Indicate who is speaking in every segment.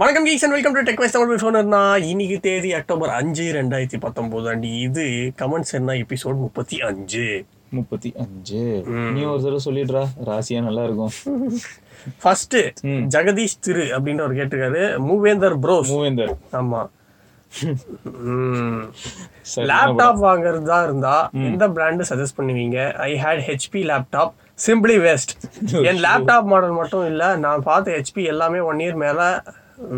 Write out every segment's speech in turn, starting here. Speaker 1: வணக்கம் guys and welcome to tech wise Tamil சொன்னா இன்னைக்கு தேதி அக்டோபர் அஞ்சு ரெண்டாயிரத்தி பத்தொம்போது அண்ட் இது கமெண்ட்ஸ் என்ன எபிசோட் முப்பத்தி அஞ்சு
Speaker 2: முப்பத்தி அஞ்சு நீ ஒரு தடவை சொல்லிடுறா ராசியா நல்லா இருக்கும்
Speaker 1: ஃபர்ஸ்ட்
Speaker 2: ம்.
Speaker 1: ஜெகதீஷ் திரு அப்படின்னு அவர் கேட்டிருக்காரு மூவேந்தர் ப்ரோஸ்
Speaker 2: மூவேந்தர்
Speaker 1: ஆமா ம்.
Speaker 2: சரி,
Speaker 1: லேப்டாப் வாங்குறதா இருந்தா எந்த பிராண்டு சஜஸ்ட் பண்ணுவீங்க I hate HP laptop simply waste என் லேப்டாப் மாடல் மட்டும் இல்ல நான் பார்த்த ஹெச்பி எல்லாமே ஒன் இயர் மேல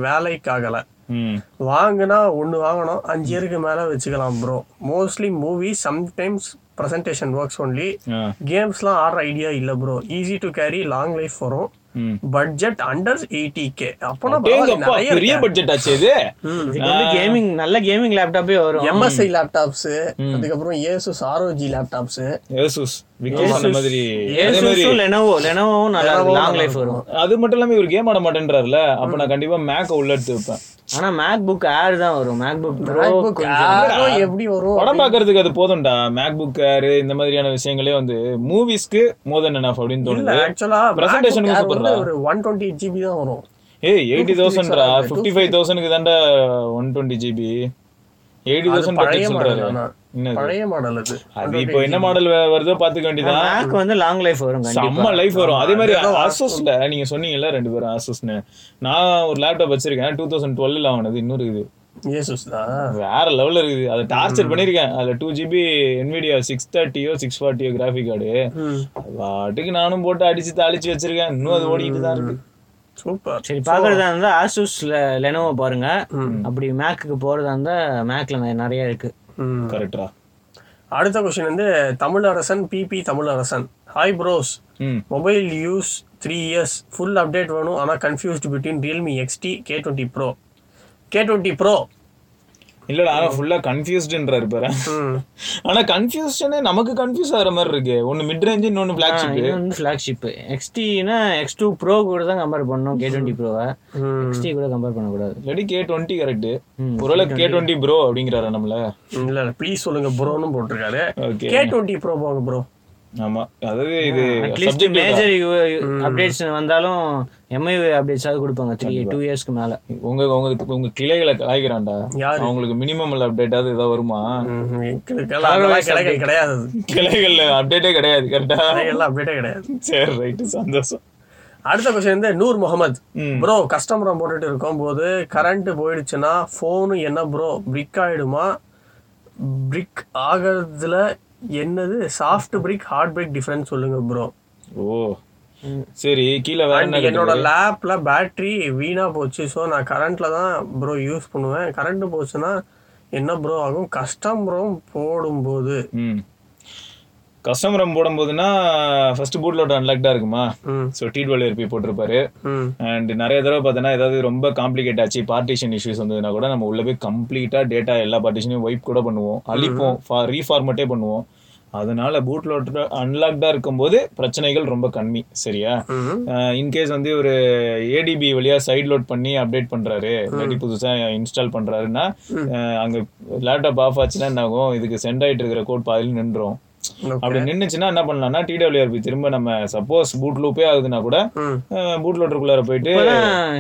Speaker 1: வேலைக்காகல
Speaker 2: ம்
Speaker 1: வாங்கினா ஒன்று வாங்கணும் அஞ்சு இயருக்கு மேலே வச்சுக்கலாம் bro mostly movie sometimes presentation works only
Speaker 2: ஆ
Speaker 1: கேம்ஸ்லாம் ஆடுற ஐடியா இல்லை bro easy to carry long life வரும்
Speaker 2: ம்
Speaker 1: பட்ஜெட் அண்டர் எயிட்டி கே அப்போனா
Speaker 2: டேங்கப்பா, பெரிய பட்ஜெட் ஆச்சு இது
Speaker 3: இதுக்கு வந்து கேமிங் நல்ல கேமிங் லேப்டாப்பே வரும்
Speaker 1: எம்எஸ்ஐ லேப்டாப்ஸ் அதுக்கப்புறம் Asus ROG laptops
Speaker 2: Asus Vikram அந்த மாதிரி அதே மாதிரி
Speaker 3: ஏசுஸும் லெனோவோ லெனோவோவும் நல்லா
Speaker 1: Lenovo
Speaker 3: லாங்
Speaker 1: நல்லா
Speaker 3: லைஃப் வரும்
Speaker 2: அது மட்டும் இல்லாம இவர் கேம் ஆட மாட்டேன்றாருல அப்ப நான் கண்டிப்பா மேக்க உள்ள எடுத்து வைப்பேன்
Speaker 3: ஆனா மேக் புக் ஏர் தான் வரும் MacBook bro
Speaker 1: MacBook Air எப்படி வரும்
Speaker 2: படம் பாக்குறதுக்கு அது போதும்டா மேக்புக் ஏர் இந்த மாதிரியான விஷயங்களே வந்து மூவிஸ்க்கு மோர் தென் எனாஃப் அப்படின்னு
Speaker 1: இல்ல
Speaker 2: தோணுது
Speaker 1: ஆக்சுவலா
Speaker 2: Presentation க்கு
Speaker 1: வந்து
Speaker 2: சூப்பர்ரா.
Speaker 1: ஒரு ஒன் டுவெண்ட்டி ஜிபி தான் வரும்
Speaker 2: ஏய் எயிட்டி தௌசண்ட்ரா ஃபிஃப்டி ஃபைவ் தௌசண்ட்க்கு தாண்டா one twenty GB eighty thousand
Speaker 1: பழைய மாடல் ஆனா
Speaker 2: என்னது
Speaker 1: பழைய மாடல் அது
Speaker 2: அது இப்போ என்ன மாடல் வருதோ பாத்துக்க வேண்டியதான்
Speaker 3: மேக் வந்து லாங் லைஃப் வரும் கண்டிப்பா
Speaker 2: செம்ம லைஃப் வரும் அதே மாதிரி ஆசஸ்ல நீங்க சொன்னீங்கல்ல ரெண்டு பேரும் ஆசஸ்னு நான் ஒரு லேப்டாப் வச்சிருக்கேன் டூ தௌசண்ட் டுவெல்ல ஆனது இன்னும் இருக்குது
Speaker 1: ஏசுஸ் தான்
Speaker 2: வேற லெவல்ல இருக்குது அதை டார்ச்சர் பண்ணிருக்கேன் அதுல டூ ஜிபி NVIDIA சிக்ஸ் தேர்ட்டியோ சிக்ஸ் ஃபார்ட்டியோ கிராஃபிக் கார்டு
Speaker 1: ம்.
Speaker 2: பாட்டுக்கு நானும் போட்டு அடிச்சு தாளிச்சு வச்சிருக்கேன் இன்னும் அது ஓடிக்கிட்டு தான் இருக்கு
Speaker 1: சூப்பர்
Speaker 3: சரி பாக்குறதா இருந்தா ஆசூஸ்ல லெனோவோ பாருங்க அப்படி மேக்குக்கு போறதா இருந்தா மேக்ல நெ- நிறைய இருக்கு
Speaker 1: ம்
Speaker 2: கரெக்டா
Speaker 1: அடுத்த கொஸ்டின் வந்து தமிழரசன் பிபி தமிழரசன் ஹாய் ப்ரோஸ்
Speaker 2: ம்
Speaker 1: mobile use three years full update வேணும் ஆனால் confused between Realme XT K twenty pro K twenty pro
Speaker 2: இல்லடா ஆனா ஃபுல்லா கன்ஃபியூஸ்டுன்றாரு பாரு ஆனா கன்ஃபியூஷனே நமக்கு கன்ஃபியூஸ் ஆகுற மாதிரி இருக்கு ஒன்னு மிட் ரேஞ்ச் இன்னொன்னு பிளாக்
Speaker 3: ஆ, இது வந்து ஃபிளாக்ஷிப் எக்ஸ்டினா எக்ஸ் டூ ப்ரோ கூட தான் கம்பேர் பண்ணணும் கே டுவெண்ட்டி ப்ரோவை எக்ஸ்டி கூட கம்பேர் பண்ணக்கூடாது
Speaker 2: இல்லாட்டி கே டுவெண்ட்டி கரெக்ட் ஒருவேளை கே டுவெண்ட்டி ப்ரோ அப்படிங்கிறாரு நம்மள
Speaker 1: இல்லை ப்ளீஸ் சொல்லுங்க ப்ரோன்னு போட்டிருக்காரு
Speaker 2: ஓகே
Speaker 1: கே டுவெண்ட்டி ப்ரோ போங்க ப்ரோ
Speaker 2: ஆமா அதாவது இது
Speaker 3: அட்லீஸ்ட்
Speaker 2: subjective தான்.
Speaker 3: மேஜர் அப்டேட்ஸ் வந்தாலும் எம்ஐ அப்டேட்ஸாவது கொடுப்பாங்க த்ரீ டூ இயர்ஸ்க்கு மேல
Speaker 2: உங்க உங்க உங்க கிளைகளை கலாய்க்கிறான்டா
Speaker 1: யாரு?
Speaker 2: அவங்களுக்கு மினிமம் அப்டேட்டாவது ஏதாவது வருமா
Speaker 1: ம், எங்களுக்கெல்லாம் அதெல்லாம் கிடையாது கிடையாது
Speaker 2: கிளைகள்ல அப்டேட்டே கிடையாது கரெக்டா
Speaker 1: எல்லாம் அப்டேட்டே கிடையாது
Speaker 2: சரி ரைட் சந்தோஷம்
Speaker 1: அடுத்த கொஸ்டின் வந்து நூர் முகமது
Speaker 2: ம்.
Speaker 1: ப்ரோ கஸ்டமரை போட்டுட்டு இருக்கும்போது கரண்ட் போயிடுச்சுன்னா ஃபோனு என்ன ப்ரோ பிரிக் ஆயிடுமா பிரிக் ஆகிறதுல என்னது soft brick hard brick difference சொல்லுங்க ப்ரோ
Speaker 2: ஓ சரி கீழே வேற என்ன
Speaker 1: என்னோட
Speaker 2: கிடையாது?
Speaker 1: லேப்ல பேட்டரி வீணா போச்சு ஸோ நான் கரண்ட்ல தான் ப்ரோ யூஸ் பண்ணுவேன் கரண்ட் போச்சுன்னா என்ன ப்ரோ ஆகும் கஷ்டம் ப்ரோ போடும்போது
Speaker 2: ம் கஸ்டமர் போடும் போதுன்னா ஃபர்ஸ்ட் பூட்லோட அன்லாக்டா இருக்குமா
Speaker 1: ம்.
Speaker 2: ஸோ டி டுவெல் இருப்பி போட்டிருப்பாரு
Speaker 1: ம்
Speaker 2: அண்ட் நிறைய தடவை பார்த்தோன்னா ஏதாவது ரொம்ப காம்ப்ளிகேட் ஆச்சு பார்ட்டிஷன் இஷ்யூஸ் வந்ததுன்னா கூட நம்ம உள்ள போய் கம்ப்ளீட்டாக டேட்டா எல்லா பார்ட்டிஷனையும் வைப் கூட பண்ணுவோம் அழிப்போம் ரீஃபார்மட்டே பண்ணுவோம் அதனால பூட்ல அன்லாக்டாக இருக்கும்போது பிரச்சனைகள் ரொம்ப கம்மி சரியா
Speaker 1: ம்.
Speaker 2: இன்கேஸ் வந்து ஒரு ஏடிபி வழியா சைட் லோட் பண்ணி அப்டேட் பண்றாரு இல்லாட்டி புதுசா இன்ஸ்டால் பண்றாருன்னா அஹ், அங்க லேப்டாப் ஆஃப் ஆச்சுன்னா என்ன ஆகும் இதுக்கு சென்ட் ஆயிட்டு இருக்கிற கோட் பாதியில் நின்றோம்
Speaker 1: Okay.
Speaker 2: அப்படி நின்னுச்சுன்னா என்ன பண்ணலாம்னா டிடபிள்யூஆர்பி திரும்ப நம்ம சப்போஸ் பூட் லூப்பே ஆகுதுன்னா கூட
Speaker 1: ம்.
Speaker 2: பூட் லோட்டருக்குள்ளார போயிட்டு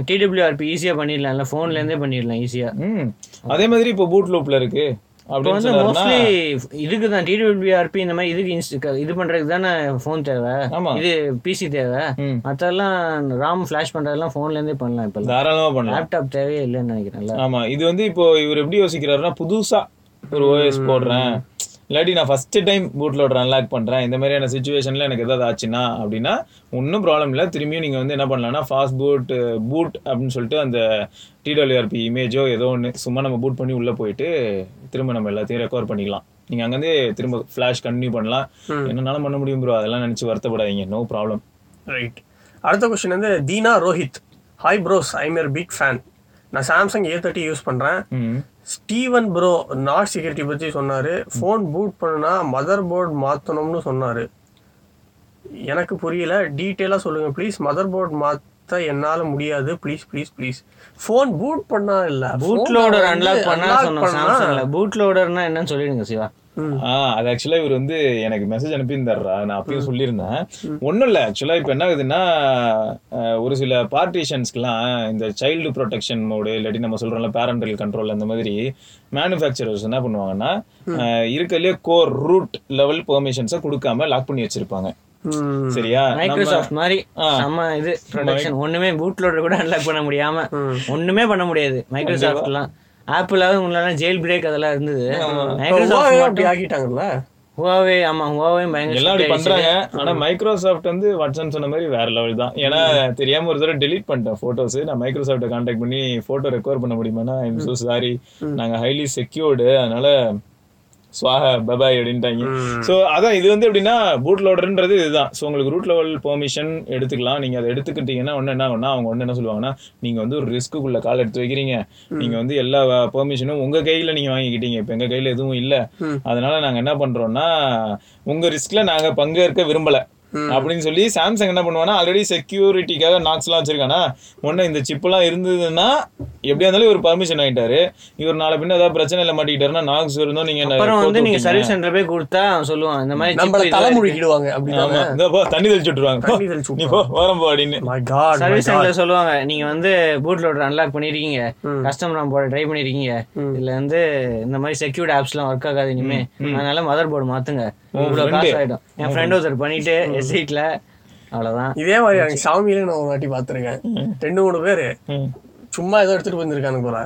Speaker 3: டிடபிள்யூஆர்பி ஈஸியா பண்ணிடலாம்ல போன்ல இருந்தே பண்ணிடலாம் ஈஸியா
Speaker 2: ம் அதே மாதிரி இப்போ பூட் லூப்ல இருக்கு
Speaker 3: இப்போ
Speaker 2: அப்படின்னு
Speaker 3: வந்து
Speaker 2: சொன்னாருன்னா
Speaker 3: மோஸ்ட்லி இதுக்கு தான் டிடபிள்யூஆர்பி இந்த மாதிரி இதுக்கு inst- இது பண்றதுக்கு தானே ஃபோன் தேவை
Speaker 2: ஆமா.
Speaker 3: இது பிசி தேவை
Speaker 2: ம்.
Speaker 3: மத்தெல்லாம் ராம் ஃபிளாஷ் பண்றதெல்லாம் போன்ல இருந்தே பண்ணலாம் இப்ப
Speaker 2: தாராளமா பண்ணலாம்
Speaker 3: லேப்டாப் தேவையே இல்லைன்னு நினைக்கிறேன்ல
Speaker 2: ஆமா இது வந்து இப்போ இவர் எப்படி யோசிக்கிறாருன்னா புதுசா ஒரு ஓஎஸ் போடுறேன் இல்லாட்டி நான் ஃபர்ஸ்ட் டைம் பூட்ல ஒரு அன்லாக் பண்றேன் இந்த மாதிரியான சுச்சுவேஷன்ல எனக்கு ஏதாவது ஆச்சுன்னா அப்படின்னா ஒன்றும் ப்ராப்ளம் இல்லை திரும்பியும் நீங்க வந்து என்ன பண்ணலாம்னா ஃபாஸ்ட் பூட் பூட் அப்படின்னு சொல்லிட்டு அந்த டிடபிள்யூஆர்பி இமேஜோ ஏதோ ஒன்று சும்மா நம்ம பூட் பண்ணி உள்ள போயிட்டு திரும்ப நம்ம எல்லாத்தையும் ரெக்கவர் பண்ணிக்கலாம் நீங்க அங்கேருந்து திரும்ப ஃபிளாஷ் கண்டினியூ பண்ணலாம் என்னன்னாலும் பண்ண முடியும் ப்ரோ அதெல்லாம் நினைச்சு வருத்தப்படாதீங்க நோ ப்ராப்ளம்
Speaker 1: ரைட் அடுத்த கொஸ்டின் வந்து Dheena Rohit hi bros I'm your big fan நான் சாம்சங் ஏ தேர்ட்டி யூஸ் பண்ணுறேன்
Speaker 2: ம்
Speaker 1: ஸ்டீவன் ப்ரோ நாட் செக்யூரிட்டி பற்றி சொன்னார் ஃபோன் பூட் பண்ணுனா மதர் போர்டு மாற்றணும்னு சொன்னார் எனக்கு புரியல டீட்டெயிலாக சொல்லுங்கள் ப்ளீஸ் மதர் போர்டு மாற்ற என்னால் முடியாது please please please phone boot பண்ணா இல்லை
Speaker 3: பூட் லோடர் அன்லாக் பண்ணா சொன்னோம் சாம்சங்ல பூட் லோடர்னா என்னன்னு சொல்லிடுங்க சிவா
Speaker 2: ஆஹ் அது ஆக்சுவலா இவர் வந்து எனக்கு மெசேஜ் அனுப்பியிருந்தாருடா நான் அப்பயும் சொல்லியிருந்தேன் ஒண்ணும் இல்ல ஆக்சுவலா இப்ப என்ன ஆகுதுன்னா ஆஹ் ஒரு சில பார்ட்டிஷன்ஸ்க்குலாம் இந்த சைல்டு ப்ரொடெக்ஷன் மோடு இல்லாட்டி நம்ம சொல்றோம்ல பேரண்டல் கண்ட்ரோல் அந்த மாதிரி மேனுஃபேக்சரர்ஸ் என்ன பண்ணுவாங்கன்னா ஆஹ் இருக்கறதுலயே கோர் ரூட் லெவல் பெர்மிஷன்ஸை கொடுக்காம லாக் பண்ணி வச்சிருப்பாங்க
Speaker 1: ம்
Speaker 2: சரியா நம்ம-
Speaker 3: மைக்ரோசாஃப்ட் மாதிரி நம்ம இது ப்ரொடக்ஷன் ஒண்ணுமே பூட் லோடர் கூட அன்லாக் பண்ண முடியாம ஒண்ணுமே பண்ண முடியாது மைக்ரோசாஃப்ட்லாம் ஆப்பிளாவது உங்களால ஜெயில் பிரேக் அதெல்லாம் இருந்தது மைக்ரோசாஃப்ட்
Speaker 1: Huawei
Speaker 3: மட்டும்
Speaker 1: அப்படி ஆக்கிட்டாங்கல்ல
Speaker 3: ஹுவாவே ஆமா ஹுவாவே பயங்கர
Speaker 2: எல்லாம் அப்படி
Speaker 3: shit ஆயிடுச்சு.
Speaker 2: பண்றாங்க ஆனா மைக்ரோசாஃப்ட் வந்து வாட்ஸ்அப் சொன்ன மாதிரி வேற லெவல் தான் ஏன்னா தெரியாம ஒரு தடவை delete பண்ணிட்டேன் போட்டோஸ் நான் மைக்ரோசாஃப்ட்டை காண்டாக்ட் பண்ணி போட்டோ ரெக்கவர் பண்ண முடியுமானா ஐம் so சாரி நாங்க ஹைலி செக்யூர்டு அதனால சுவாக பபாய் அப்படின்ட்டாங்க ஸோ அதான் இது வந்து எப்படின்னா பூட் லோடர்ன்றது இதுதான் ஸோ உங்களுக்கு ரூட் லெவல் பெர்மிஷன் எடுத்துக்கலாம் நீங்க அதை எடுத்துக்கிட்டீங்கன்னா ஒன்று என்ன ஆகும்னா அவங்க ஒன்று என்ன சொல்லுவாங்கன்னா நீங்க வந்து ஒரு ரிஸ்க்குள்ள கால் எடுத்து வைக்கிறீங்க நீங்க வந்து எல்லா பெர்மிஷனும் உங்க கையில நீங்க வாங்கிக்கிட்டீங்க இப்போ எங்க கையில எதுவும் இல்ல அதனால நாங்க என்ன பண்றோம்னா உங்க ரிஸ்க்ல நாங்க பங்கேற்க விரும்பல அப்படின்னு சொல்லி சாம்சங் என்ன பண்ணுவானா ஆல்ரெடி செக்யூரிட்டிக்காக நாக்ஸ்லாம் வச்சிருக்கானா ஒன்று இந்த சிப்லாம் இருந்ததுன்னா எப்படியா இருந்தாலும் இவர் பர்மிஷன் ஆகிட்டாரு இவர் நாளை பின்ன ஏதாவது பிரச்சனையில மாட்டிக்கிட்டாருன்னா நாக்ஸ் இருந்தோம் நீங்க என்ன
Speaker 3: அப்புறம் வந்து
Speaker 2: போட்டு
Speaker 3: நீங்க
Speaker 2: விட்டீங்க.
Speaker 3: சர்வீஸ் சென்டர் போய் கொடுத்தா அவன் சொல்லுவான் இந்த மாதிரி
Speaker 1: நம்மள
Speaker 3: chip இதெல்லாம்
Speaker 1: தலைமுழுக்கிடுவாங்க அப்படிதானே
Speaker 2: ஆமா இந்த போ தண்ணி தெளிச்சு விட்டுருவாங்க போ.
Speaker 1: தண்ணி தெளிச்சு
Speaker 2: நீ போ ஓரம் போ அப்படின்னு
Speaker 1: மை காட் மை
Speaker 3: சர்வீஸ் சென்டர்ல சொல்லுவாங்க நீங்க வந்து பூட் லோடர் அன்லாக் பண்ணிருக்கீங்க கஸ்டம் ராம் போட ட்ரை பண்ணிருக்கீங்க இதுல வந்து இந்த மாதிரி செக்யூர்ட் ஆப்ஸ்லாம் எல்லாம் ஒர்க் ஆகாது இனிமே அதனால மதர் போர்டு மாத்துங்க இவ்வளவு காசு ஆயிடும் என் ஃப்ரெண்ட் ஒருத்தர் பண்ணிட்டு எஸ்ஐட்ல அவ்வளவுதான்
Speaker 1: இதே மாதிரி எனக்கு சாமியில நான் ஒரு வாட்டி பார்த்துருக்கேன் ரெண்டு மூணு பேர்
Speaker 2: ம்.
Speaker 1: சும்மா ஏதோ எடுத்துட்டு வந்திருக்கானுங்க போல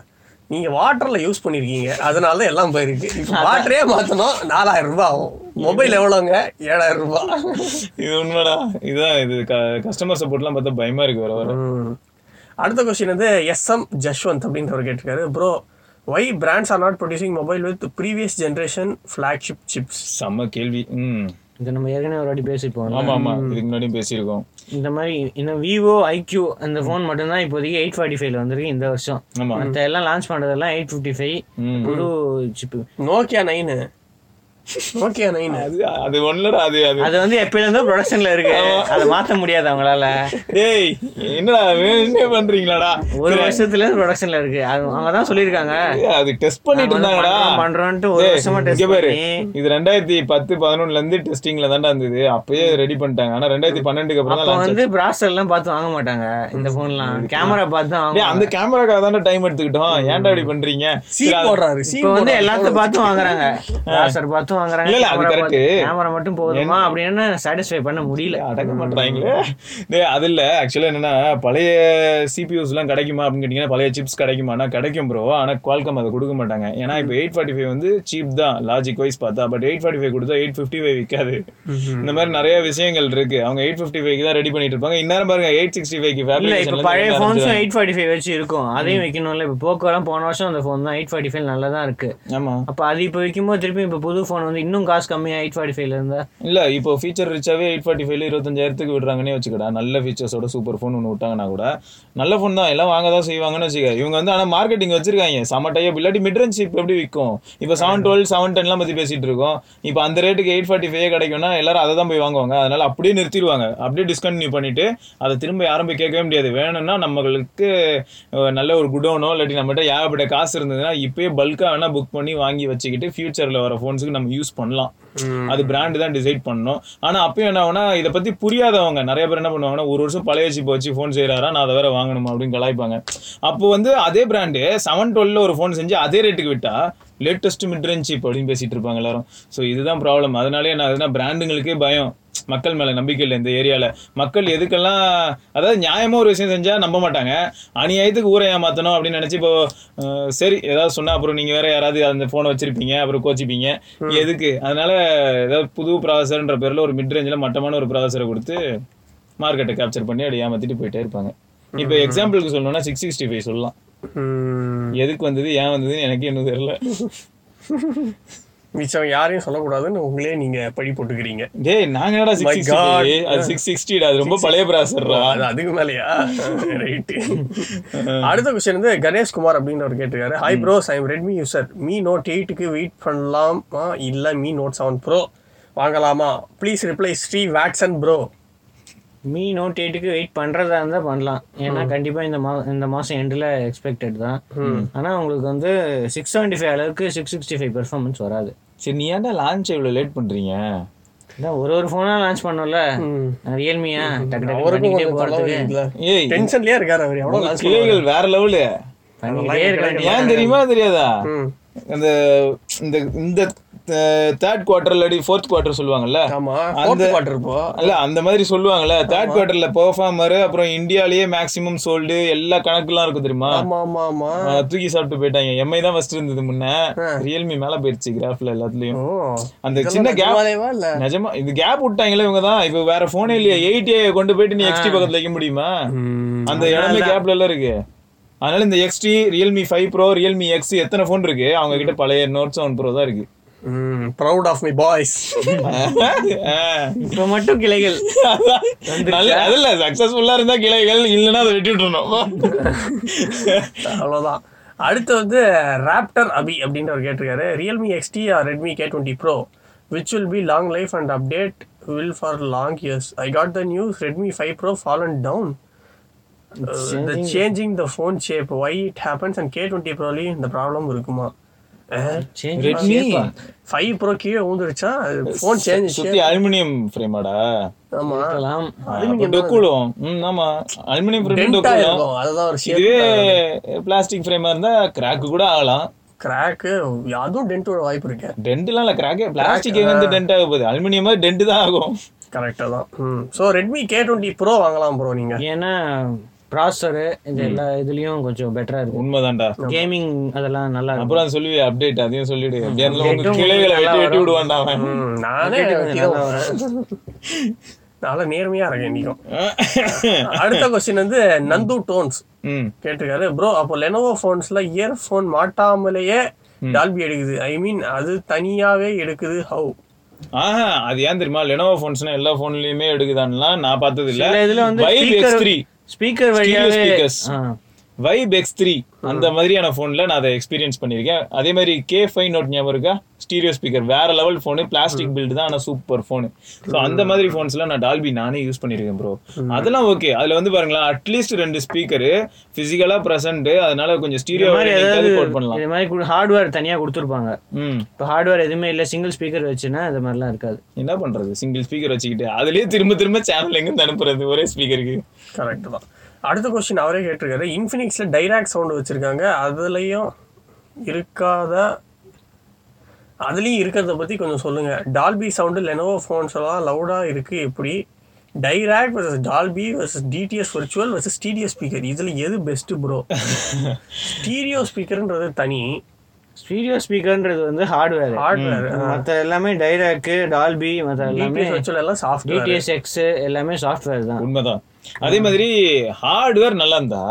Speaker 1: நீங்க வாட்டர்ல யூஸ் பண்ணிருக்கீங்க அதனால தான் எல்லாம் போயிருக்கு இப்போ வாட்டரே மாத்தணும் நாலாயிரம் ரூபாய் ஆகும் மொபைல் எவ்வளோங்க ஏழாயிரம் ரூபாய்
Speaker 2: இது உண்மைடா இதுதான் இது கஸ்டமர் சப்போர்ட்லாம் பார்த்தா பயமா இருக்கு வர வர
Speaker 1: ம். அடுத்த கொஸ்டின் வந்து எஸ்எம் ஜஷ்வந்த் அப்படின்றவர் கேட்டிருக்காரு bro why brands are not producing mobile with previous generation flagship chips
Speaker 2: செம்ம கேள்வி ம்
Speaker 3: இது நம்ம ஏற்கனவே ஒரு வாட்டி பேசிப்போம்
Speaker 2: ஆமா ஆமா இதுக்கு முன்னாடியும் பேசியிருக்கோம்
Speaker 3: இந்த மாதிரி இன்னும் விவோ ஐக்யூ அந்த ஃபோன் மட்டும்தான் இப்போதைக்கு எயிட் ஃபார்ட்டி ஃபைவ்ல வந்திருக்கு இந்த வருஷம்
Speaker 2: ஆமா
Speaker 3: மற்ற எல்லாம் லான்ச் பண்றதெல்லாம் எயிட் ஃபிஃப்டி ஃபைவ்
Speaker 2: ம்.
Speaker 3: புது chip
Speaker 1: Nokia nine Nokia nine
Speaker 2: அது அது ஒண்ணுடா அது அது
Speaker 3: அது வந்து எப்பயில இருந்தோ ப்ரொடக்ஷன்ல இருக்கு அதை மாத்த முடியாது அவங்களால
Speaker 2: டேய் என்னடா என்ன பண்றீங்களாடா
Speaker 3: ஒரு வருஷத்துல இருந்து ப்ரொடக்ஷன்ல இருக்கு அது அவங்க தான் சொல்லியிருக்காங்க
Speaker 2: ஏய், அது டெஸ்ட் பண்ணிட்டு
Speaker 3: நாங்க வந்து
Speaker 2: இருந்தாங்கடா
Speaker 3: பண்றோம், பண்றோம்ன்ட்டு ஒரு
Speaker 2: ஏய்,
Speaker 3: வருஷமா
Speaker 2: இங்க
Speaker 3: test
Speaker 2: பாரு
Speaker 3: பண்ணி.
Speaker 2: இது ரெண்டாயிரத்தி பத்து பதினொன்னுல இருந்து டெஸ்டிங்ல தான்டா இருந்தது அப்பயே ரெடி பண்ணிட்டாங்க ஆனா ரெண்டாயிரத்தி பன்னெண்டுக்கு அப்புறம் தான்
Speaker 3: இப்போ
Speaker 2: launch
Speaker 3: வந்து பிராசர் எல்லாம் பார்த்து வாங்க மாட்டாங்க இந்த போன்லாம் கேமரா பார்த்து தான்
Speaker 2: டேய்,
Speaker 3: வாங்குவாங்க
Speaker 2: அந்த கேமராக்காக தானே டைம் எடுத்துக்கிட்டோம் ஏன்டா இப்படி பண்றீங்க
Speaker 1: சீ
Speaker 2: சரி, அது-
Speaker 1: போடுறாரு சீ
Speaker 3: இப்போ வந்து எல்லாத்தையும் பார்த்து வாங்குறாங்க பிராசர் பார்த்து வாங்குறாங்க
Speaker 2: இல்ல, இல்ல, அது correct.
Speaker 3: கேமரா மட்டும் போதுமா அப்படின்னு சாட்டிஸ்ஃபை பண்ண முடியல
Speaker 2: அடக்க மாட்டாங்களே டேய் அது இல்ல ஆக்சுவலா என்னன்னா பழைய சிபியூஸ் எல்லாம் கிடைக்குமா அப்படின்னு கேட்டீங்கன்னா பழைய சிப்ஸ் கிடைக்குமானா கிடைக்கும் ப்ரோ ஆனா குவால்காம் அதை கொடுக்க மாட்டாங்க ஏன்னா இப்போ எயிட் ஃபார்ட்டி ஃபைவ் வந்து சீப் தான் லாஜிக் வைஸ் பார்த்தா பட் எயிட் ஃபார்ட்டி ஃபைவ் கொடுத்தா எயிட் ஃபிஃப்டி ஃபைவ் விற்காது இந்த மாதிரி நிறைய விஷயங்கள் இருக்கு அவங்க எயிட் ஃபிஃப்டி ஃபைவ்க்கு தான் ரெடி பண்ணிட்டு இருப்பாங்க இந்நேரம் பாருங்க எயிட் சிக்ஸ்டி ஃபைவ்க்கு
Speaker 3: இல்ல இப்ப
Speaker 2: ஃபேப்ரிகேஷன்
Speaker 3: பழைய போன்ஸும் எயிட் ஃபார்ட்டி ஃபைவ் வச்சு இருக்கும் அதையும் வைக்கணும்ல இப்ப போக்கோலாம் போன வருஷம் அந்த போன் தான் எயிட் ஃபார்ட்டி ஃபைவ் நல்லா தான் இருக்கு
Speaker 2: ஆமா
Speaker 3: அப்ப அது இப்ப வைக்கும்போது திருப்பி இப்ப புது போன் வந்து இன்னும் காசு கம்மியா எயிட் ஃபார்ட்டி ஃபைவ்ல இருந்தா
Speaker 2: இல்ல இப்போ ஃபீச்சர் ரிச்சாவே எயிட் ஃபார்ட்டி ஃபைவ்ல இருபத்தஞ்சாயிரத்துக்கு விடுறாங்கன்னே வச்சுக்கடா நல்ல ஃபீச்சர்ஸோட சூப்பர் ஃபோன் ஒன்று விட்டாங்கன்னா கூட நல்ல ஃபோன் தான் எல்லாம் வாங்க தான் செய்வாங்கன்னு வச்சுக்க இவங்க வந்து ஆனா மார்க்கெட்டிங் வச்சிருக்காங்க செம டைப் இல்லாட்டி மிட்ரன் சிப் எப்படி விற்கும் இப்போ செவன் டுவெல் செவன் டென்லாம் பத்தி பேசிட்டு இருக்கோம் இப்போ அந்த ரேட்டுக்கு எயிட் ஃபார்ட்டி ஃபைவ் கிடைக்கும்னா எல்லாரும் அதை தான் போய் வாங்குவாங்க அதனால அப்படியே நிறுத்திடுவாங்க அப்படியே டிஸ்கண்டினியூ பண்ணிட்டு அதை திரும்ப யாரும் போய் கேட்கவே முடியாது வேணும்னா நம்மளுக்கு அஹ், நல்ல ஒரு குடோனோ இல்லாட்டி நம்மகிட்ட ஏகப்பட்ட காசு இருந்ததுன்னா இப்பயே பல்காக வேணா புக் பண்ணி வாங்கி வச்சுக்கிட்டு ஃபியூச்சர்ல வர ஃபோன்ஸுக்கு நம்ம யூஸ் பண்ணலாம் அது பிராண்டு தான் டிசைட் பண்ணணும் ஆனா அப்பயும் என்ன ஆகும்னா இதை பத்தி புரியாதவங்க நிறைய பேர் என்ன பண்ணுவாங்கன்னா ஒரு வருஷம் பழைய சிப் வச்சு ஃபோன் செய்யறாரா நான் அதை வேற வாங்கணுமா அப்படின்னு கலாய்ப்பாங்க அப்போ வந்து அதே பிராண்டு செவன் டுவெல்ல ஒரு ஃபோன் செஞ்சு அதே ரேட்டுக்கு விட்டா லேட்டஸ்ட் மிட்ரேஞ்ச் சிப் அப்படின்னு பேசிட்டு இருப்பாங்க எல்லாரும் ஸோ இதுதான் ப்ராப்ளம் அதனாலே என்ன ஆகுதுன்னா பிராண்டுங்களுக்கே பயம் மக்கள் மேல நம்பிக்கை இல்லை இந்த ஏரியால மக்கள் எதுக்கெல்லாம் அதாவது நியாயமா ஒரு விஷயம் செஞ்சா நம்ப மாட்டாங்க அநியாயத்துக்கு ஊரை ஏமாத்தணும் அப்படின்னு நினைச்சு இப்போ அஹ், சரி ஏதாவது சொன்னா அப்புறம் நீங்க வேற யாராவது அந்த போனை வச்சிருப்பீங்க அப்புறம் கோச்சிப்பீங்க எதுக்கு அதனால ஏதாவது புது ப்ராசர்ன்ற பேர்ல ஒரு மிட் ரேஞ்சில் மட்டமான ஒரு ப்ராசரை கொடுத்து மார்க்கெட்டை கேப்சர் பண்ணி அப்படி ஏமாத்திட்டு போயிட்டே இருப்பாங்க இப்போ எக்ஸாம்பிளுக்கு சொல்லணும்னா சிக்ஸ் சிக்ஸ்டி ஃபைவ் சொல்லலாம்
Speaker 1: ம்.
Speaker 2: எதுக்கு வந்தது ஏன் வந்ததுன்னு எனக்கு இன்னும் தெரியல
Speaker 1: மிச்சம் யாரையும் சொல்லக்கூடாதுன்னு உங்களே நீங்க பழி போட்டுக்கிறீங்க
Speaker 2: டேய் நாங்க என்னடா
Speaker 1: Oh My
Speaker 2: சிக்ஸ்
Speaker 1: God.
Speaker 2: அது சிக்ஸ் சிக்ஸ்டிடா அது ரொம்ப பழைய ப்ராசர்ரா
Speaker 1: அது அதுக்கு மேலயா ரைட் அடுத்த கொஸ்டின் வந்து கணேஷ் குமார் அப்படின்னு அவர் கேட்டிருக்காரு hi bro I'm Redmi user Mi note எயிட்டுக்கு வெயிட் பண்ணலாமா இல்ல மீ நோட் செவன் ப்ரோ வாங்கலாமா please reply Sri வேட்சன் bro
Speaker 3: Mi note எயிட்டுக்கு வெயிட் பண்றதா இருந்தா பண்ணலாம் ஏன்னா கண்டிப்பா இந்த மா இந்த மாசம் எண்டில் எக்ஸ்பெக்டட் தான் ஆனா உங்களுக்கு வந்து சிக்ஸ் செவன்டி ஃபைவ் அளவுக்கு சிக்ஸ் சிக்ஸ்டி ஃபைவ் பெர்ஃபார்மன்ஸ் வராது
Speaker 2: சரி நீ ஏன்டா லான்ச் இவ்வளவு லேட் பண்றீங்க
Speaker 3: அதான் ஒரு ஒரு ஃபோனா லான்ச் பண்ணோம்ல
Speaker 1: ம்.
Speaker 3: ரியல்மியா டக்கு டக்கு
Speaker 1: அவருக்கும்
Speaker 3: பண்ணிக்கிட்டே
Speaker 1: கொஞ்சம்
Speaker 3: போறதுக்கு
Speaker 1: தலைவலிக்குதுல.
Speaker 2: ஏய்
Speaker 1: டென்ஷன்லயே இருக்காரு அவர் எவ்வளவு
Speaker 2: உங்க
Speaker 1: நாள்
Speaker 2: கிளைகள் வேற லெவலு
Speaker 3: பண்ணிக்கிட்டே இருக்கலாம்
Speaker 2: ஏன் தெரியுமா தெரியாதா
Speaker 1: ம்.
Speaker 2: அந்த இந்த இந்த தேர்ட் குவார்டர் இல்லாடி ஃபோர்த் குவார்டர் சொல்லுவாங்கல்ல
Speaker 1: ஆமா fourth quarter இப்போ
Speaker 2: இல்ல அந்த மாதிரி சொல்லுவாங்கல்ல தேர்ட் குவார்டர்ல பெர்ஃபார்மர் அப்புறம் இந்தியாலயே மேக்ஸிமம் சோல்டு எல்லா கணக்குலாம் இருக்கும் தெரியுமா
Speaker 1: ஆமா ஆமா ஆமா
Speaker 2: ஆஹ் தூக்கி சாப்பிட்டு போயிட்டாங்க எம்ஐ தான் ஃபர்ஸ்ட் இருந்தது முன்ன
Speaker 1: ஆ.
Speaker 2: ரியல்மி மேல போயிடுச்சு கிராஃப்ல எல்லாத்துலயும்
Speaker 1: ஓ
Speaker 2: அந்த சின்ன கேப்
Speaker 1: நிஜமாலேவா இல்ல
Speaker 2: நிஜமா இது கேப் விட்டாங்களே இவங்க தான் இப்ப வேற போனே இல்லையா எயிட் கொண்டு போயிட்டு நீ எக்ஸ்டி பக்கத்துல வைக்க முடியுமா அந்த இடமே கேப்ல எல்லாம் இருக்கு அதனால இந்த XT Realme five pro Realme X எத்தனை ஃபோன் இருக்கு அவங்க கிட்ட பழைய நோட் செவன் ப்ரோ தான் இருக்கு
Speaker 1: ப்ரௌட் ஆஃப் மை பாய்ஸ்
Speaker 2: ஆஹ்.
Speaker 3: இப்ப மட்டும் கிளைகள்
Speaker 2: நல்ல அதுல சக்சஸ்ஃபுல்லா இருந்தா கிளைகள் இல்லைன்னா அதை வெட்டி விட்டுறணும்
Speaker 1: அவ்வளவுதான் அடுத்து வந்து ராப்டர் அபி அப்படின்னு அவர் கேட்டிருக்காரு Realme XT or Redmi K twenty pro which will be long life and update will for long years I got the news Redmi five pro fallen down the changing the phone shape why it happens and K twenty ப்ரோலையும் இந்த problem இருக்குமா
Speaker 3: change
Speaker 2: Redmi
Speaker 1: five pro கீழே ஊந்துருச்சா phone change
Speaker 2: சுத்தி aluminium ஃப்ரேமாடா
Speaker 1: ஆமா
Speaker 3: பண்ணலாம்
Speaker 2: டொக்குலும் ம் ஆமா அலுமினியம் ஃப்ரேம்
Speaker 1: டென்ட்டா
Speaker 2: டொக்குலும்
Speaker 1: இருக்கும் அதுதான் ஒரு ஷேப்
Speaker 2: இதுவே பிளாஸ்டிக் ஃப்ரேமா இருந்தா கிராக்கு கூட ஆகலாம்
Speaker 1: கிராக்கு அதுவும் டென்ட்டோட வாய்ப்பு இருக்கு
Speaker 2: டென்ட்லாம் இல்ல கிராக்கே பிளாஸ்டிக் எங்க இருந்து டென்ட் ஆக போகுது அலுமினியமா டென்ட் தான் ஆகும்
Speaker 1: கரெக்டாக தான் ம் so Redmi K twenty pro வாங்கலாம் ப்ரோ நீங்க
Speaker 3: ஏன்னா ப்ராசரு இது எல்லா இதுலயும் கொஞ்சம் பெட்டரா இருக்கும்
Speaker 2: உண்மைதான்டா
Speaker 3: கேமிங் அதெல்லாம் நல்லா இருக்கும்
Speaker 2: அப்புறம் சொல்லுவியா அப்டேட் அதையும் சொல்லிடு அப்படியே இருந்தாலும் உங்க கிளைகளை வெட்டி வெட்டி விடுவான்டா அவன்
Speaker 1: ம், நானே இதை- நல்லா நேர்மையா இருக்கேன் நீக்கும் அடுத்த கொஸ்டின் வந்து நந்து டோன்ஸ்
Speaker 2: ம்
Speaker 1: கேட்டிருக்காரு ப்ரோ அப்போ லெனோவோ ஃபோன்ஸ்ல இயர்ஃபோன் மாட்டாமலேயே டால்பி எடுக்குது ஐ மீன் அது தனியாவே எடுக்குது ஹவு
Speaker 2: ஆஹா அது ஏன் தெரியுமா லெனோவோ ஃபோன்ஸ்னா எல்லா ஃபோன்லயுமே எடுக்குதான்லாம் நான் பார்த்தது இல்ல
Speaker 3: சில இதுல வந்து
Speaker 2: Vibe
Speaker 3: speaker-
Speaker 2: X three
Speaker 3: speaker வழியாவே
Speaker 2: speakers.
Speaker 3: ஆ.
Speaker 2: வைப் எக்ஸ் த்ரீ அந்த மாதிரியான ஃபோன்ல நான் அதை எக்ஸ்பீரியன்ஸ் பண்ணியிருக்கேன் அதே மாதிரி கே ஃபைவ் நோட் ஞாபகம் இருக்கா ஸ்டீரியோ ஸ்பீக்கர் வேற லெவல் ஃபோனு பிளாஸ்டிக் பில்டு தான் ஆனால் சூப்பர் ஃபோனு ஸோ அந்த மாதிரி ஃபோன்ஸ்லாம் நான் டால்பி நானே யூஸ் பண்ணியிருக்கேன் ப்ரோ அதெல்லாம் ஓகே அதுல வந்து பாருங்களேன் அட்லீஸ்ட் ரெண்டு ஸ்பீக்கரு ஃபிசிக்கலா ப்ரெசன்ட் அதனால கொஞ்சம் ஸ்டீரியோ போட் பண்ணலாம்
Speaker 3: இது மாதிரி ஹார்ட்வேர் தனியா கொடுத்துருப்பாங்க
Speaker 2: ம்
Speaker 3: இப்போ ஹார்ட்வேர் எதுவுமே இல்ல சிங்கிள் ஸ்பீக்கர் வச்சுன்னா இது மாதிரிலாம் இருக்காது
Speaker 2: என்ன பண்றது சிங்கிள் ஸ்பீக்கர் வச்சுக்கிட்டு அதுலயே திரும்ப திரும்ப சேனல் எங்கேருந்து அனுப்புறது ஒரே ஸ்பீக்கருக்கு
Speaker 1: கரெக்ட் தான் அடுத்த கொஸ்டின் அவரே கேட்டிருக்காரு இன்ஃபினிக்ஸ்ல டைராக்ட் சவுண்ட் வச்சிருக்காங்க அதுலயும் இருக்காத அதுலயும் இருக்கிறத பத்தி கொஞ்சம் சொல்லுங்க டால்பி சவுண்டு லெனோவோ ஃபோன்ஸ் எல்லாம் லவுடா இருக்கு எப்படி Dirac versus Dolby versus DTS virtual versus stereo speaker இதுல எது பெஸ்ட் ப்ரோ ஸ்டீரியோ ஸ்பீக்கர்ன்றது தனி
Speaker 3: ஸ்டீரியோ ஸ்பீக்கர்ன்றது வந்து ஹார்ட்வேர்
Speaker 1: ஹார்ட்வேர்
Speaker 3: மத்த எல்லாமே டைராக்கு டால்பி மத்த எல்லாமே
Speaker 1: டிடிஎஸ் விர்ச்சுவல் எல்லாம் சாஃப்ட்வேர்
Speaker 3: டிடிஎஸ் எக்ஸ் எல்லாமே சாஃப்ட்வேர் தான்
Speaker 2: உண்மைதான் அதே மாதிரி ஹார்ட்வேர் நல்லா இருந்தா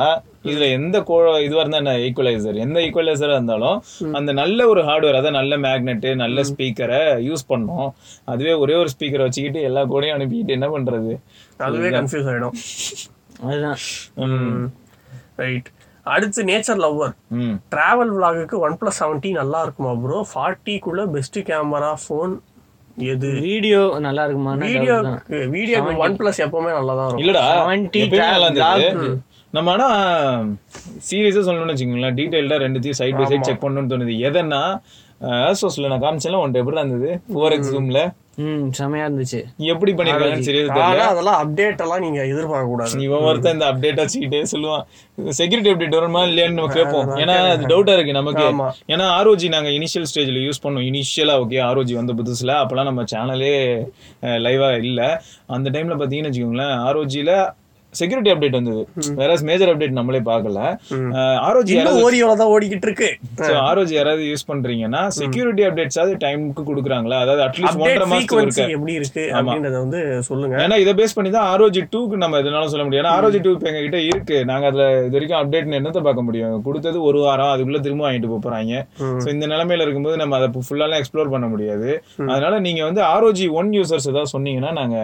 Speaker 2: இதுல எந்த கோ இதுவா இருந்தா என்ன ஈக்குவலைசர் எந்த ஈக்குவலைசரா இருந்தாலும் அந்த நல்ல ஒரு ஹார்ட்வேர் அதாவது நல்ல மேக்னெட் நல்ல ஸ்பீக்கரை யூஸ் பண்ணோம் அதுவே ஒரே ஒரு ஸ்பீக்கரை வச்சுக்கிட்டு எல்லா கூடயும் அனுப்பிக்கிட்டு என்ன பண்றது
Speaker 1: அதுவே கன்ஃபியூஸ் ஆயிடும்
Speaker 3: அதுதான்
Speaker 2: ம்.
Speaker 1: ரைட் அடுத்து நேச்சர் லவ்வர்
Speaker 2: ம்
Speaker 1: டிராவல் விலாகுக்கு ஒன் ப்ளஸ் செவன்ட்டி நல்லா இருக்குமா ப்ரோ ஃபார்ட்டிக்குள்ள பெஸ்ட் கேமரா ஃபோன் எது
Speaker 3: வீடியோ நல்லா இருக்குமான்னு doubt தான்.
Speaker 1: வீடியோக்கு வீடியோக்கு ஒன் ப்ளஸ் எப்பவுமே நல்லா தான் இருக்கும்
Speaker 2: இல்லடா
Speaker 3: 70
Speaker 2: எப்பயுமே நல்லா
Speaker 3: tab-
Speaker 2: இருந்தது. நம்ம ஆனா சீரியஸா சொல்லணும்னு வச்சுக்கோங்களேன் டீடைல்டா ரெண்டுத்தையும் சைட் பை சைட் செக் பண்ணணும்னு தோணுது எதன்னா ஆசோஸ்ல நான் காமிச்சேன் ஒன் எப்படி இருந்தது ஃபோர் எக்ஸ் ரூம்ல
Speaker 3: ம் செமையா இருந்துச்சு
Speaker 2: எப்படி பண்ணிருக்காங்கன்னு சரியஸ்
Speaker 1: ஆனா அதெல்லாம் அப்டேட் எல்லாம் நீங்க எதிர்பார்க்க கூடாது
Speaker 2: இவன் ஒருத்தன் இந்த அப்டேட் வச்சுக்கிட்டே சொல்லுவான் செக்யூரிட்டி அப்டேட் வருமா இல்லையான்னு நம்ம கேட்போம் ஏன்னா அது டவுட்டா இருக்கு நமக்கு
Speaker 1: ஆமா.
Speaker 2: ஏன்னா ஆர்ஓஜி நாங்க இனிஷியல் ஸ்டேஜ்ல யூஸ் பண்ணோம் இனிஷியலா ஓகே ஆர்ஓஜி வந்த புதுசுல அப்பெல்லாம் நம்ம சேனலே லைவா இல்ல அந்த டைம்ல பாத்தீங்கன்னு வச்சுக்கோங்களேன் ஆர்ஓஜில செக்யூரிட்டி அப்டேட் வந்தது வேற மேஜர் அப்டேட் நம்மளே பார்க்கல ஆர்ஓஜி
Speaker 1: இன்னும் ஓரியோல தான் ஓடிக்கிட்டு இருக்கு
Speaker 2: ஸோ ஆர்ஓஜி யாராவது யூஸ் பண்றீங்கன்னா செக்யூரிட்டி அப்டேட்ஸாவது டைமுக்கு கொடுக்குறாங்களா அதாவது அட்லீஸ்ட்
Speaker 1: அப்டேட்
Speaker 2: ஒன்றரை மாசத்துக்கு
Speaker 1: ஃப்ரீக்வன்சி
Speaker 2: இருக்க
Speaker 1: எப்படி இருக்கு அப்படின்றத வந்து சொல்லுங்க
Speaker 2: ஏன்னா இதை பேஸ் பண்ணி தான் ஆர்ஓஜி டூக்கு நம்ம எதுனாலும் சொல்ல முடியும் ஏன்னா ஆர்ஓஜி டூ இப்போ எங்ககிட்ட இருக்கு நாங்க அதுல இது வரைக்கும் அப்டேட்னு என்னத்தை பார்க்க முடியும் கொடுத்தது ஒரு வாரம் அதுக்குள்ள திரும்ப வாங்கிட்டு போப் போறாங்க ஸோ இந்த நிலைமையில இருக்கும்போது நம்ம அதை ஃபுல்லாலாம் எக்ஸ்ப்ளோர் பண்ண முடியாது அதனால நீங்க வந்து ஆர்ஓஜி ஒன் யூசர்ஸ் ஏதாவது சொன்னீங்கன்னா நாங்க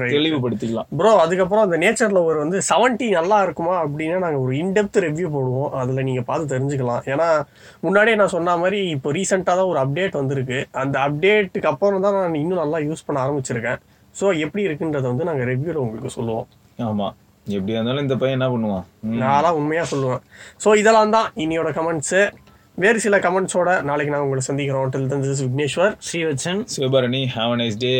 Speaker 1: Right.
Speaker 2: தெளிவுபடுத்திக்கலாம்
Speaker 1: ப்ரோ அதுக்கப்புறம் அந்த நேச்சர் லவ்வர் வந்து செவன்ட்டி நல்லா இருக்குமா அப்படின்னா நாங்கள் ஒரு இன்டெப்த் ரிவ்யூ போடுவோம் அதில் நீங்கள் பார்த்து தெரிஞ்சுக்கலாம் ஏன்னா முன்னாடியே நான் சொன்ன மாதிரி இப்போ ரீசெண்டாக தான் ஒரு அப்டேட் வந்திருக்கு அந்த அப்டேட்டுக்கு அப்புறம் தான் நான் இன்னும் நல்லா யூஸ் பண்ண ஆரம்பிச்சிருக்கேன் ஸோ எப்படி இருக்குன்றத வந்து நாங்கள் ரிவ்யூவில் உங்களுக்கு சொல்லுவோம்
Speaker 2: ஆமா எப்படியா இருந்தாலும் இந்த பையன் என்ன பண்ணுவான் ம்.
Speaker 1: நான்லாம் உண்மையாக சொல்லுவேன் ஸோ இதெல்லாம் தான் இனியோட கமெண்ட்ஸு வேறு சில கமெண்ட்ஸோட நாளைக்கு நான் உங்களை சந்திக்கிறோம் till then this Vigneshwar
Speaker 3: Srivatsan
Speaker 2: Sivabharani have nice day